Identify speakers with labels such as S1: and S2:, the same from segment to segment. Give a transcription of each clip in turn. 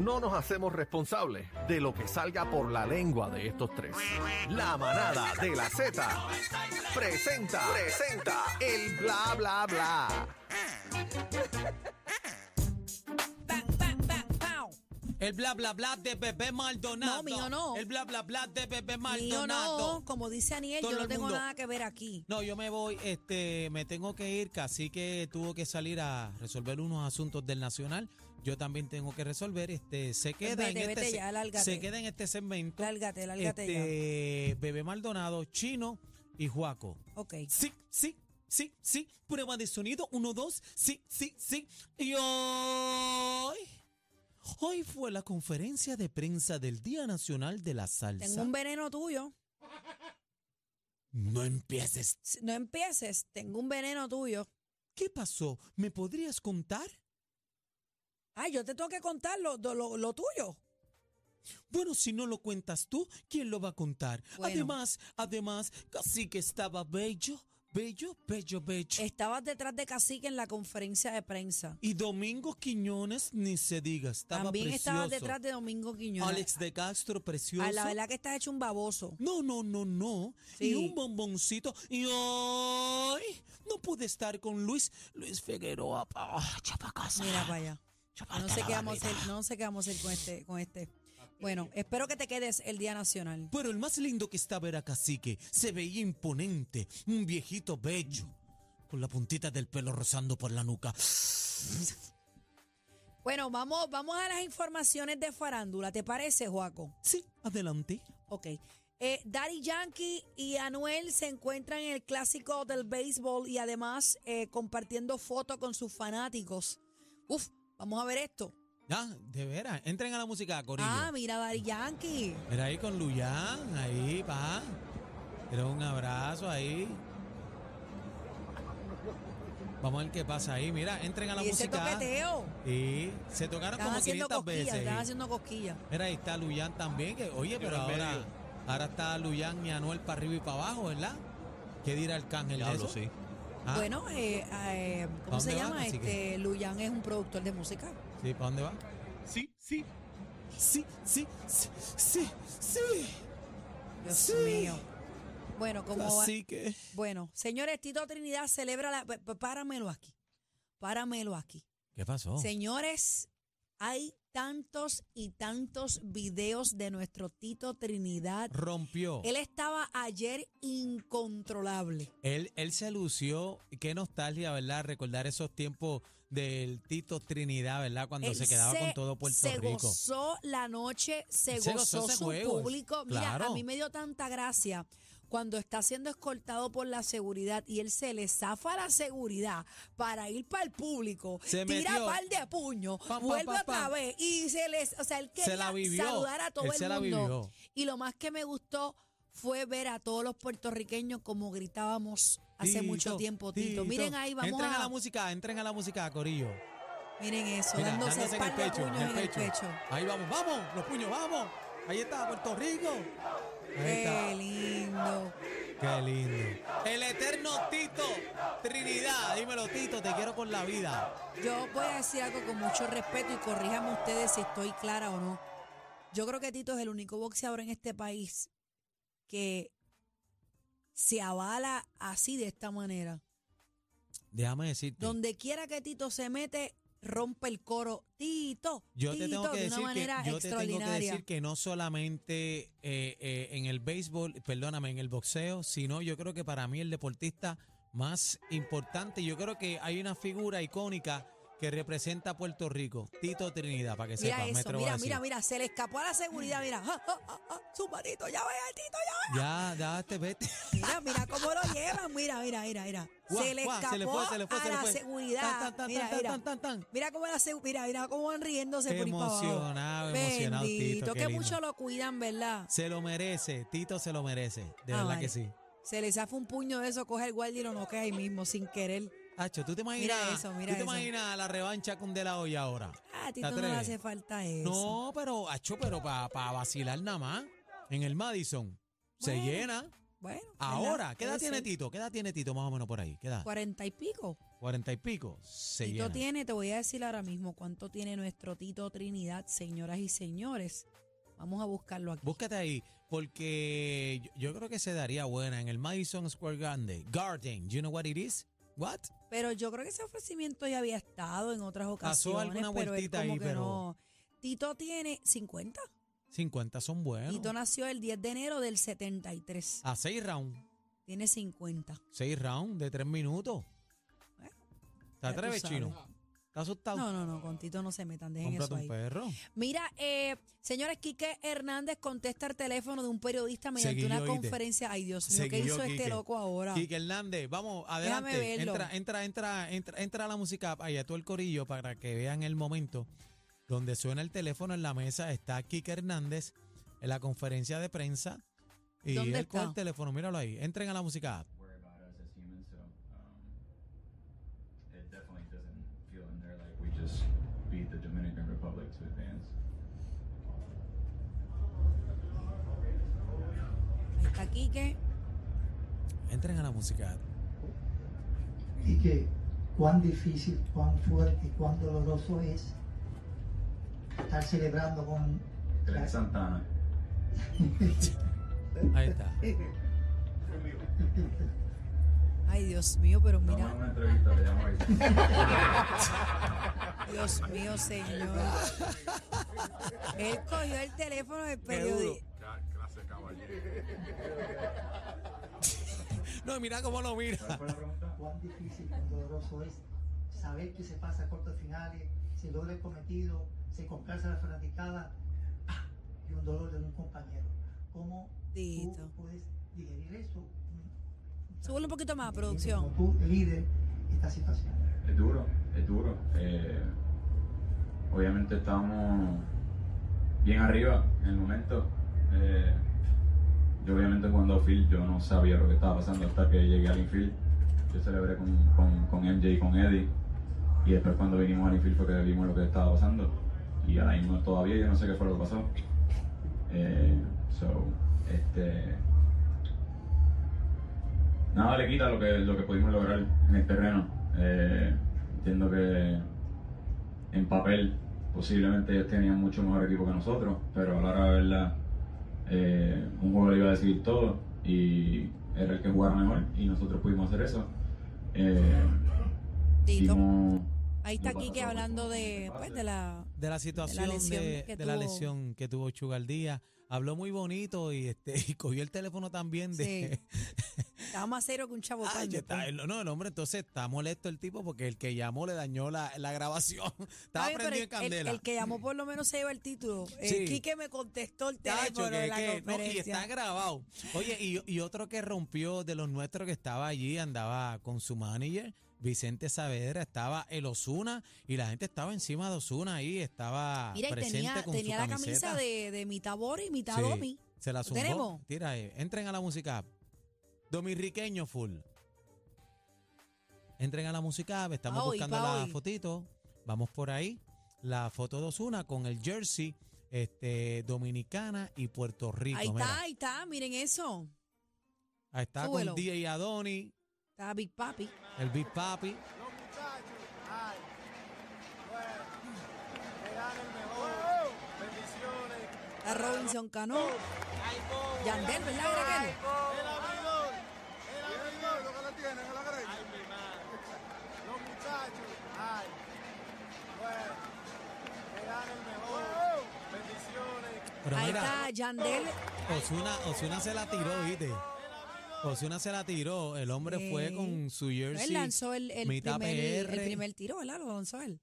S1: no nos hacemos responsables de lo que salga por la lengua de estos tres. La manada de la Z presenta, presenta el bla bla bla.
S2: Bang, bang, bang, pow.
S3: El bla bla bla de bebé Maldonado.
S2: No, mío no.
S3: El bla bla bla de bebé
S2: Mío
S3: Maldonado.
S2: no, como dice Aniel,
S3: Todo
S2: yo no
S3: el
S2: tengo
S3: mundo.
S2: nada que ver aquí.
S3: No, yo me voy, este, me tengo que ir, casi que tuvo que salir a resolver unos asuntos del Nacional. Yo también tengo que resolver, este, se queda
S2: Vete,
S3: en este
S2: vete
S3: se-
S2: ya, lárgate.
S3: se queda en este segmento.
S2: Lárgate, lárgate
S3: este, Bebé Maldonado, Chino y Juaco.
S2: ya. Ok.
S3: Sí, sí, sí, sí. Prueba de sonido. Uno, dos. Sí, sí, sí. Y hoy. Hoy fue la conferencia de prensa del Día Nacional de la
S2: Tengo
S3: Salsa.
S2: un veneno tuyo.
S3: No empieces.
S2: Si- No empieces, tengo un veneno tuyo.
S3: ¿Qué pasó? ¿Me podrías contar?
S2: Ay, yo te tengo que contar lo, do- lo- lo tuyo.
S3: Bueno, si no lo cuentas tú, ¿quién lo va a contar?
S2: Bueno.
S3: Además, además, casi que estaba bello, bello, bello, bello.
S2: Estabas detrás de Cacique en la conferencia de prensa.
S3: Y Domingo Quiñones, ni se diga, estaba
S2: También
S3: precioso.
S2: estabas detrás de Domingo Quiñones.
S3: Alex de Castro, precioso.
S2: A la verdad que estás hecho un baboso.
S3: No, no, no, no.
S2: Sí.
S3: Y un bomboncito. Y hoy no pude estar con Luis. Luis Figueroa. Ah, chapa casa.
S2: Mira para allá.
S3: Chapa
S2: No sé
S3: la
S2: qué vamos a
S3: barriga.
S2: hacer, no sé qué vamos a hacer con este, con este. Bueno, espero que te quedes el Día Nacional.
S3: Pero el más lindo que estaba era Cacique. Se veía imponente. Un viejito bello. Con la puntita del pelo rozando por la nuca.
S2: Bueno, vamos, vamos a las informaciones de farándula. ¿Te parece, Joaco?
S3: Sí, adelante.
S2: Ok. Eh, Daddy Yankee y Anuel se encuentran en el clásico del béisbol y además eh, compartiendo fotos con sus fanáticos. Uf, vamos a ver esto.
S3: Ah, de veras. Entren a la música, Corillo.
S2: Ah, mira, Daddy Yankee.
S3: Mira ahí con Luyan, ahí, pa. Pero un abrazo ahí. Vamos a ver qué pasa ahí. Mira, entren a la
S2: y ese
S3: música.
S2: toqueteo.
S3: Sí, se tocaron
S2: Están
S3: como
S2: haciendo
S3: 500
S2: cosquillas,
S3: veces.
S2: están haciendo cosquillas.
S3: Mira, ahí está Luyan también. que- oye, pero ahora, ahora está Luyan y Anuel para arriba y para abajo, ¿verdad? ¿Qué dirá Arcángel de eso? Ah, Sí.
S2: Bueno, eh, eh, ¿cómo
S3: ¿Pa'
S2: se
S3: dónde van?
S2: llama?
S3: Así que-
S2: Este, Luyan es un productor de música.
S3: Sí, ¿para dónde va? Sí, sí. Sí, sí, sí, sí, sí.
S2: Dios
S3: Sí.
S2: mío. Bueno, como va-
S3: Así que...
S2: Bueno, señores, Tito Trinidad celebra la. p- p- Páramelo aquí. Páramelo aquí.
S3: ¿Qué pasó?
S2: Señores, hay tantos y tantos videos de nuestro Tito Trinidad.
S3: Rompió.
S2: Él estaba ayer incontrolable.
S3: Él, él se lució, qué nostalgia, ¿verdad? Recordar esos tiempos del Tito Trinidad, ¿verdad? Cuando
S2: Él
S3: se quedaba con todo Puerto
S2: se
S3: Rico.
S2: gozó la noche, se,
S3: Él se
S2: gozó,
S3: gozó ese
S2: su
S3: juego,
S2: público. Mira, a
S3: claro.
S2: mí me dio tanta gracia cuando está siendo escoltado por la seguridad y él se le zafa a la seguridad para ir para el público,
S3: Se
S2: tira
S3: metió.
S2: par de puños,
S3: Pam, pam,
S2: vuelve
S3: pam,
S2: otra
S3: pam.
S2: vez y se les, o sea, él
S3: Se la
S2: quería
S3: vivió,
S2: saludar a todo
S3: él
S2: el
S3: se la
S2: mundo.
S3: vivió.
S2: Y lo más que me gustó fue ver a todos los puertorriqueños como gritábamos hace mucho tiempo, Tito. Miren ahí, vamos
S3: Entren a...
S2: a,
S3: la música, entren a la música, Corillo.
S2: miren eso,
S3: Mira,
S2: dándose,
S3: dándose en
S2: par
S3: el
S2: de
S3: pecho, en
S2: puños
S3: el pecho.
S2: En el pecho.
S3: Ahí vamos, vamos, los puños, vamos. Ahí está, Puerto Rico. Ahí
S2: Qué
S3: está.
S2: lindo.
S3: Qué lindo. El eterno Tito Trinidad. Dímelo, Tito, te quiero con la vida.
S2: Yo voy a decir algo con mucho respeto y corríjame ustedes si estoy clara o no. Yo creo que Tito es el único boxeador en este país que se avala así de esta manera.
S3: Déjame decirte.
S2: Donde quiera que Tito se mete, rompe el coro. Tito,
S3: Yo
S2: Tito,
S3: te tengo que
S2: de una
S3: decir que
S2: manera
S3: yo te tengo que
S2: extraordinaria.
S3: decir que no solamente eh, eh, en el béisbol, perdóname, en el boxeo, sino yo creo que para mí el deportista más importante, yo creo que hay una figura icónica que representa a Puerto Rico, Tito Trinidad, para que
S2: mira
S3: sepas,
S2: eso,
S3: me atrevo a
S2: mira,
S3: decir.
S2: mira, mira, se le escapó a la seguridad, mira. Ah, ah, ah, ah, su manito, ya ve, Tito, ya ve.
S3: Ya, ya te vete.
S2: Mira, mira cómo lo llevan. Mira, mira, mira, mira.
S3: Guau,
S2: se le
S3: guau,
S2: escapó
S3: se le fue, se le fue,
S2: a
S3: se le
S2: la
S3: fue.
S2: seguridad.
S3: Tan, tan, tan,
S2: mira,
S3: tan,
S2: mira.
S3: tan, tan, tan.
S2: Mira cómo la segu- mira, mira cómo van riéndose por ahí para abajo.
S3: Emocionado, emocionado, Tito,
S2: Bendito,
S3: qué
S2: que
S3: lindo.
S2: mucho lo cuidan, ¿verdad?
S3: Se lo merece, Tito se lo merece, de
S2: Ah,
S3: verdad
S2: vale.
S3: que sí.
S2: Se le zafa un puño de eso, coge el guardia y lo noquea ahí mismo, sin querer.
S3: Hacho, ¿tú te
S2: Mira
S3: imaginas,
S2: eso,
S3: ¿tú
S2: mira
S3: te
S2: eso.
S3: imaginas la revancha con De La Hoya ahora?
S2: Ah, a
S3: ¿Te
S2: Tito no le
S3: atreves?
S2: hace falta eso.
S3: No, pero, acho, pero para vacilar nada más. En el Madison. Se
S2: Bueno,
S3: llena.
S2: Bueno. ¿verdad?
S3: Ahora, ¿qué edad
S2: Puede
S3: tiene
S2: ser.
S3: Tito? ¿Qué edad tiene Tito más o menos por ahí? ¿Qué edad?
S2: Cuarenta y pico.
S3: 40 y pico, se
S2: Tito
S3: llenan.
S2: tiene, te voy a decir ahora mismo cuánto tiene nuestro Tito Trinidad, señoras y señores. Vamos a buscarlo aquí.
S3: Búscate ahí, porque yo, yo creo que se daría buena en el Madison Square Garden. Garden, you know what it is? What?
S2: Pero yo creo que ese ofrecimiento ya había estado en otras ocasiones.
S3: alguna
S2: pero él
S3: vueltita
S2: como
S3: ahí,
S2: que
S3: pero-
S2: no. Tito tiene 50.
S3: 50 son buenos.
S2: Tito nació el 10 de enero del 73.
S3: A 6 rounds.
S2: Tiene 50.
S3: 6 rounds de 3 minutos.
S2: Bueno,
S3: ¿Te
S2: ya tú
S3: atreves,
S2: sabes.
S3: chino? ¿Estás asustado?
S2: No, no, no, con Tito no se metan, dejen
S3: Cómprate
S2: eso
S3: un
S2: ahí.
S3: perro.
S2: Mira, eh, señores, Quique Hernández contesta el teléfono de un periodista mediante
S3: Seguí
S2: una
S3: yo, Quique.
S2: conferencia. Ay, Dios mío, ¿qué
S3: Seguí yo,
S2: hizo este
S3: Quique.
S2: loco ahora?
S3: Quique Hernández, vamos, adelante.
S2: verlo.
S3: Entra, entra, entra, entra, entra a la música allá tú el corillo para que vean el momento donde suena el teléfono en la mesa. Está Quique Hernández en la conferencia de prensa. Y
S2: ¿Dónde
S3: él con
S2: está?
S3: el teléfono, míralo ahí. Entren a la música app.
S4: worry about us as humans, so um, it definitely doesn't feel in there like we just beat the Dominican Republic to advance.
S2: Ahí está Quique.
S3: Entren a la música app.
S5: y que cuán difícil, cuán fuerte, cuán doloroso es estar celebrando con
S4: Gran Santana.
S3: Ahí está.
S2: Ay, Dios mío, pero
S4: Toma
S2: mira.
S4: una entrevista, le llamo ahorita.
S2: Dios mío, señor. Él cogió el teléfono del
S3: duro.
S2: periodista.
S3: No, mira cómo lo mira.
S4: ¿Cuál fue la pregunta?
S5: cuán difícil, cuán doloroso es saber que se pasa a cortos finales, se logra el cometido, se complace a la fanaticada ¡ah! y un dolor de un compañero. ¿Cómo
S2: Tito.
S5: tú puedes digerir eso?
S2: Súbele un poquito más,
S5: Como
S2: producción.
S5: tú, líder, esta situación.
S4: Es duro, es duro. Eh, obviamente estamos bien arriba en el momento. Eh, yo obviamente cuando outfield yo no sabía lo que estaba pasando hasta que llegué al infield. Yo celebré con, con, con MJ y con Eddie. Y después cuando vinimos al infield fue que vimos lo que estaba pasando. Y ahora mismo todavía yo no sé qué fue lo que pasó. Eh, so, este, nada le quita lo que, lo que pudimos lograr en el terreno. Eh, entiendo que en papel posiblemente ellos tenían mucho mejor equipo que nosotros, pero a la hora de verla, eh, un juego le iba a decidir todo y era el que jugara mejor y nosotros pudimos hacer eso. Eh,
S2: Tito.
S4: dimos-
S2: Ahí está
S4: no
S2: Quique
S4: pasó,
S2: hablando
S4: no
S2: de,
S4: pasó.
S2: pues, de la.
S3: De la situación
S2: lesión
S3: de,
S2: que
S3: de la
S2: tuvo.
S3: lesión que tuvo Chugaldía. Habló muy bonito y este y cogió el teléfono también de,
S2: Sí. Estaba más serio que un chavo
S3: Ay,
S2: calvo,
S3: ya está.
S2: pues.
S3: El- no, el hombre entonces está molesto el tipo porque el que llamó le dañó la, la grabación. Estaba
S2: Ay, pero
S3: prendido en
S2: el- el,
S3: candela.
S2: el que llamó por lo menos se lleva el título. El
S3: Sí.
S2: Quique me contestó el
S3: Tacho,
S2: teléfono
S3: que-
S2: de la
S3: que- no, y
S2: conferencia.
S3: está grabado. Oye, y, y otro que rompió de los nuestros que estaba allí, andaba con su manager, Vicente Saavedra, estaba el Osuna y la gente estaba encima de Osuna ahí, estaba
S2: Mira, y
S3: presente
S2: tenía,
S3: con
S2: tenía
S3: su
S2: la camisa
S3: camiseta.
S2: de, de mitad Bori, mitad
S3: Sí,
S2: Domi.
S3: Se la
S2: ¿Lo
S3: zumbó.
S2: tenemos?
S3: Tira ahí. Entren a la música. app. Dominriqueño full. Entren a la música. app. Estamos
S2: Pa' hoy,
S3: buscando
S2: pa'
S3: la
S2: hoy.
S3: fotito. Vamos por ahí. La foto de Osuna con el jersey este, dominicana y Puerto Rico.
S2: Ahí
S3: mira.
S2: está, ahí está, miren eso.
S3: Ahí está
S2: súbelo.
S3: con DJ Adoni,
S2: Está Big Papi.
S3: el Big Papi.
S2: Está Robinson Cano. Yandel, ¿verdad, Gretel?
S3: Pero
S2: Ahí
S3: mira,
S2: está Yandel.
S3: Osuna, Osuna se la tiró, ¿viste? Osuna se la tiró. El hombre fue
S2: Sí.
S3: con su jersey.
S2: Él lanzó el, el
S3: mitad
S2: primer, el
S3: PR.
S2: primer tiro, ¿verdad? Lo lanzó él.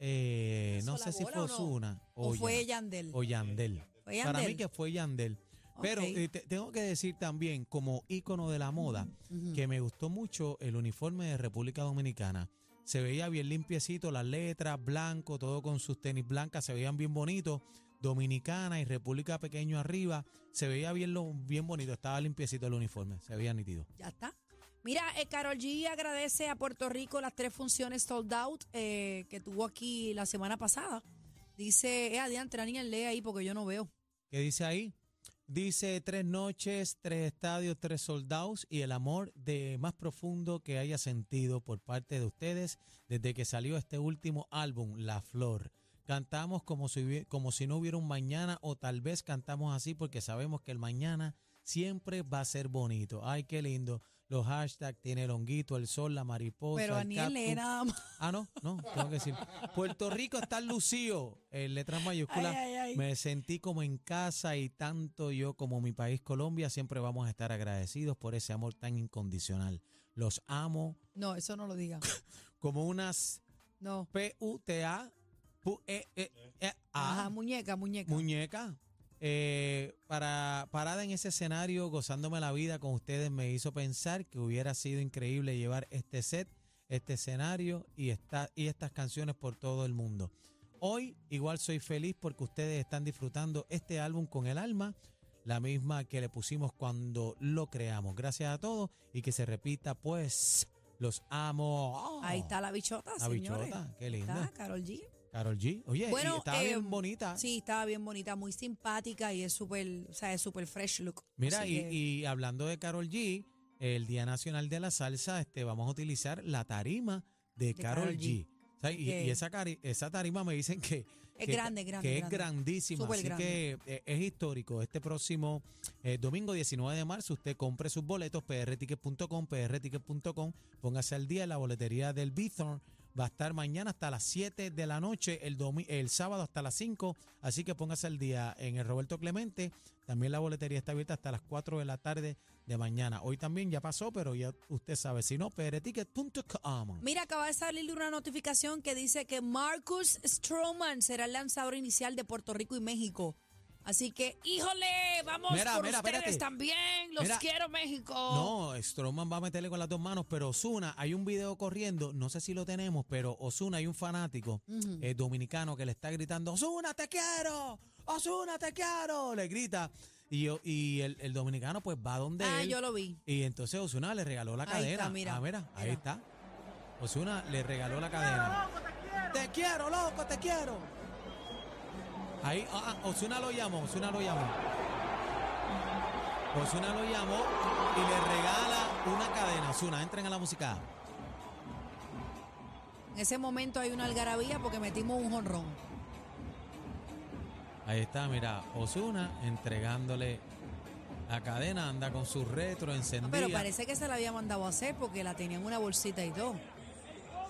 S3: Eh, no
S2: ¿Lanzó la
S3: sé si
S2: bola
S3: fue
S2: o no?
S3: Osuna
S2: O,
S3: o,
S2: fue
S3: Yan-
S2: Yandel.
S3: o Yandel.
S2: Fue
S3: Oh, Para mí
S2: Yandel.
S3: que fue Yandel. Pero
S2: Ok.
S3: eh, te- tengo que decir también, como ícono de la moda,
S2: Ujú.
S3: que me gustó mucho el uniforme de República Dominicana. Se veía bien limpiecito, las letras, blanco, todo con sus tenis blancas, se veían bien bonitos. Dominicana y República Pequeño arriba, se veía bien, lo, bien bonito, estaba limpiecito el uniforme, se veía nítido.
S2: Ya está. Mira, eh, Carol G agradece a Puerto Rico las tres funciones sold out eh, que tuvo aquí la semana pasada. Dice, eh, adiante, la niña lee ahí porque yo no veo.
S3: ¿Qué dice ahí? Dice tres noches, tres estadios, tres soldados y el amor de más profundo que haya sentido por parte de ustedes desde que salió este último álbum, La Flor. Cantamos como si, hubie- como si no hubiera un mañana o tal vez cantamos así porque sabemos que el mañana siempre va a ser bonito. Ay, qué lindo. Los hashtags, tiene el honguito, el sol, la mariposa.
S2: Pero
S3: el
S2: Aniel
S3: cactus.
S2: lee nada más.
S3: Ah, no, no, tengo que decir. Puerto Rico está lucido, en letras mayúsculas.
S2: Ay, ay, ay.
S3: Me sentí como en casa y tanto yo como mi país Colombia siempre vamos a estar agradecidos por ese amor tan incondicional. Los amo
S2: No, eso no lo diga.
S3: como unas
S2: No.
S3: P-U-T-A, pu- e- e- e-
S2: Ajá,
S3: A,
S2: muñeca, muñeca.
S3: muñeca. Eh, para, parada en ese escenario, gozándome la vida con ustedes, me hizo pensar que hubiera sido increíble llevar este set, este escenario y, esta, y estas canciones por todo el mundo. Hoy igual soy feliz porque ustedes están disfrutando este álbum con el alma, la misma que le pusimos cuando lo creamos. Gracias a todos y que se repita, pues los amo.
S2: Ahí está la bichota,
S3: La
S2: señores.
S3: bichota, qué
S2: Ahí
S3: linda.
S2: Está, Carol G.
S3: Carol G. Oye,
S2: Bueno,
S3: y estaba
S2: eh,
S3: bien bonita.
S2: Sí, estaba bien bonita, muy simpática y es súper, o sea, es súper fresh look.
S3: Mira,
S2: Así
S3: y,
S2: que-
S3: y hablando de Carol G, el Día Nacional de la Salsa, este, vamos a utilizar la tarima de, Carol
S2: Karol
S3: G.
S2: G.
S3: O sea, y,
S2: Ok.
S3: y esa, cari- esa tarima me dicen que,
S2: Es
S3: que-
S2: grande, grande,
S3: que es
S2: grande.
S3: grandísima.
S2: Súper
S3: así que eh, es histórico. Este próximo eh, domingo 19 de marzo, usted compre sus boletos, prticket.com, prticket.com, póngase al día en la boletería del Bithorn. Va a estar mañana hasta las 7 de la noche, el, domi- el sábado hasta las 5. Así que póngase al día en el Roberto Clemente. También la boletería está abierta hasta las 4 de la tarde de mañana. Hoy también ya pasó, pero ya usted sabe. Si no, prticket.com.
S2: Mira, acaba de salirle una notificación que dice que Marcus Stroman será el lanzador inicial de Puerto Rico y México. Así que, híjole, vamos
S3: Mira,
S2: por
S3: mira,
S2: ustedes
S3: espérate.
S2: también. Los
S3: Mira.
S2: quiero, México.
S3: No, Stroman va a meterle con las dos manos, pero Osuna, hay un video corriendo, no sé si lo tenemos, pero Osuna, hay un fanático
S2: Ujú.
S3: eh, dominicano que le está gritando, Osuna, te quiero, Osuna, te quiero, le grita. Y, yo- y el, el dominicano pues va donde
S2: ah,
S3: él.
S2: yo lo vi.
S3: Y entonces Osuna le regaló la
S2: Ahí
S3: cadena.
S2: está, mira,
S3: ah, mira, ahí
S2: mira.
S3: está. Osuna le regaló la cadena. Te quiero, loco, te quiero. Ahí, ah, Osuna lo llamó, Osuna lo llamó. Osuna lo llamó y le regala una cadena. Osuna, entren a la música.
S2: En ese momento hay una algarabía porque metimos un jonrón.
S3: Ahí está, mira, Osuna entregándole la cadena, anda con su retro
S2: Ah,
S3: encendida.
S2: Pero parece que se la había mandado a hacer porque la tenía en una bolsita y todo.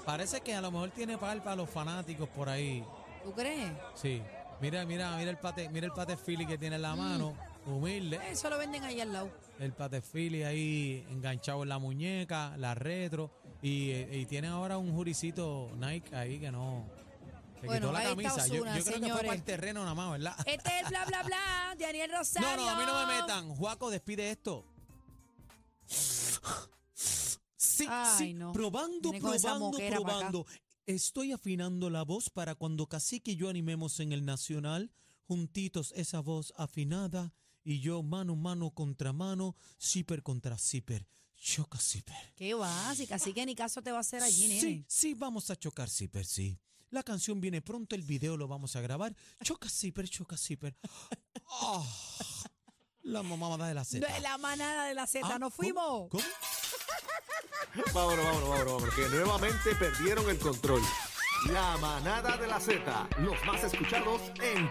S3: Parece que a lo mejor tiene palpa a los fanáticos por ahí.
S2: ¿Tú crees?
S3: Sí. Mira, mira, mira el pate, mira el pate Philly que tiene en la mano, humilde.
S2: Eso lo venden ahí al lado.
S3: El pate Philly ahí enganchado en la muñeca, la retro y, eh, y tiene ahora un juricito Nike ahí que no se
S2: Bueno,
S3: quitó la
S2: ahí está
S3: camisa. Yo-
S2: Ozuna,
S3: yo creo que fue
S2: señores.
S3: para el terreno nada más, ¿verdad?
S2: Este es bla, bla, bla, de Daniel
S3: No,
S2: Rosario.
S3: no, a mí no me metan. Juaco, despide esto. Sí,
S2: Ay,
S3: sí,
S2: no.
S3: probando,
S2: Viene con esa
S3: probando,
S2: moquera pa' acá.
S3: probando. Estoy afinando la voz para cuando Cacique y yo animemos en el Nacional, juntitos esa voz afinada y yo mano, mano contra mano, zipper contra zipper, choca zipper.
S2: Qué básica, así que ni caso te va a hacer allí, nene.
S3: Sí, sí, vamos a chocar zipper, sí. La canción viene pronto, el video lo vamos a grabar. Choca zipper, choca zipper. Ah, la mamada de la
S2: No,
S3: seta.
S2: la manada de la Z,
S3: Ah,
S2: nos fuimos.
S3: ¿cómo? ¿Cómo?
S1: Vámonos, vámonos, vámonos, vámonos, que nuevamente perdieron el control. La manada de la Z, los más escuchados en